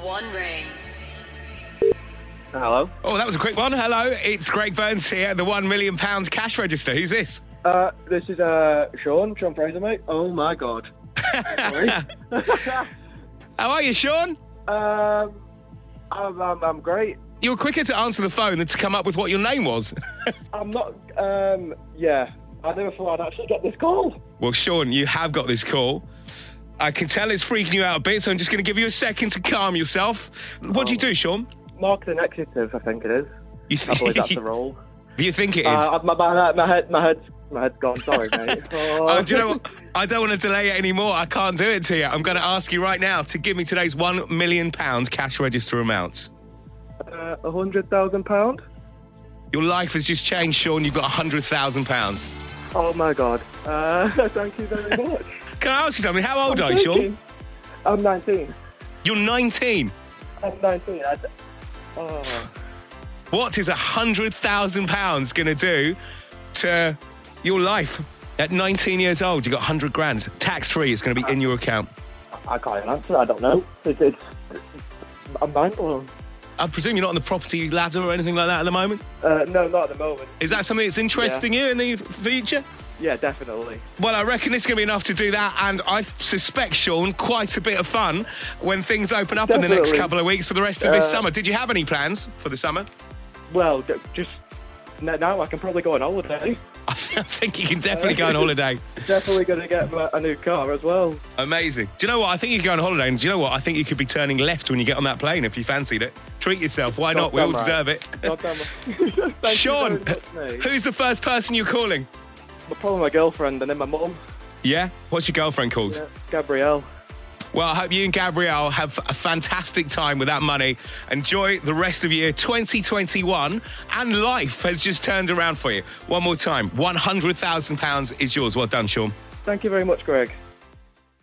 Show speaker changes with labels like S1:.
S1: One ring.
S2: Hello.
S3: Oh, that was a quick one. Hello, it's Greg Burns here, the £1 million cash register. Who's this?
S2: Uh, this is uh, Sean, Sean Fraser, mate. Oh my god. Sorry.
S3: How are you, Sean?
S2: um, I'm, I'm, I'm great.
S3: You were quicker to answer the phone than to come up with what your name was.
S2: I'm not. Um, yeah. I never thought I'd actually get this call.
S3: well, Sean, you have got this call. I can tell it's freaking you out a bit, so I'm just going to give you a second to calm yourself. What do you do, Sean?
S2: Marketing executive, I think it is.
S3: You
S2: I believe that's the
S3: you,
S2: role.
S3: think it is?
S2: Uh, I've- my, my, my head, my head's, my head's gone. Sorry, mate. Oh.
S3: Oh, do you know what? I don't want to delay it anymore. I can't do it to you. I'm going to ask you right now to give me today's one million pounds cash register amount.
S2: Uh, A hundred thousand pound.
S3: Your life has just changed, Sean. You've got a hundred thousand pounds.
S2: Oh my god. Uh, thank you very much.
S3: Can I ask you something? How old are you,
S2: Thank
S3: Sean?
S2: you. I'm 19.
S3: You're 19.
S2: I'm 19. I, oh.
S3: What is a hundred thousand pounds going to do to your life? At 19 years old, you got 100 grand tax free. It's going to be in your account.
S2: I can't even answer. that, I don't know. It's, it's I'm mind blown.
S3: I presume you're not on the property ladder or anything like that at the moment.
S2: Uh, no, not at the moment.
S3: Is that something that's interesting you in the f- future?
S2: Yeah, definitely.
S3: Well, I reckon this is going to be enough to do that, and I suspect, Sean, quite a bit of fun when things open up in the next
S2: Definitely.
S3: couple of weeks for the rest of this
S2: Uh,
S3: summer. Did you have any plans for the summer?
S2: Well, d- just no- now I can probably go on holiday.
S3: I think you can definitely go on
S2: Uh,
S3: holiday.
S2: Definitely going to get a new car as well.
S3: Amazing. Do you know what? I think you could go on holiday, and do you know what? I think you could be turning left when you get on that plane if you fancied it. Treat yourself. Why not? We all
S2: Goddamn right.
S3: deserve it.
S2: Goddamn. Thank
S3: Sean,
S2: you very much, mate.
S3: who's the first person you're calling?
S2: But probably my girlfriend and then my mum,
S3: Yeah? What's your girlfriend called?
S2: yeah, Gabrielle.
S3: Well, I hope you and Gabrielle have a fantastic time with that money. Enjoy the rest of year 2021, and life has just turned around for you. One more time, £100,000 is yours. Well done, Sean.
S2: Thank you very much, Greg.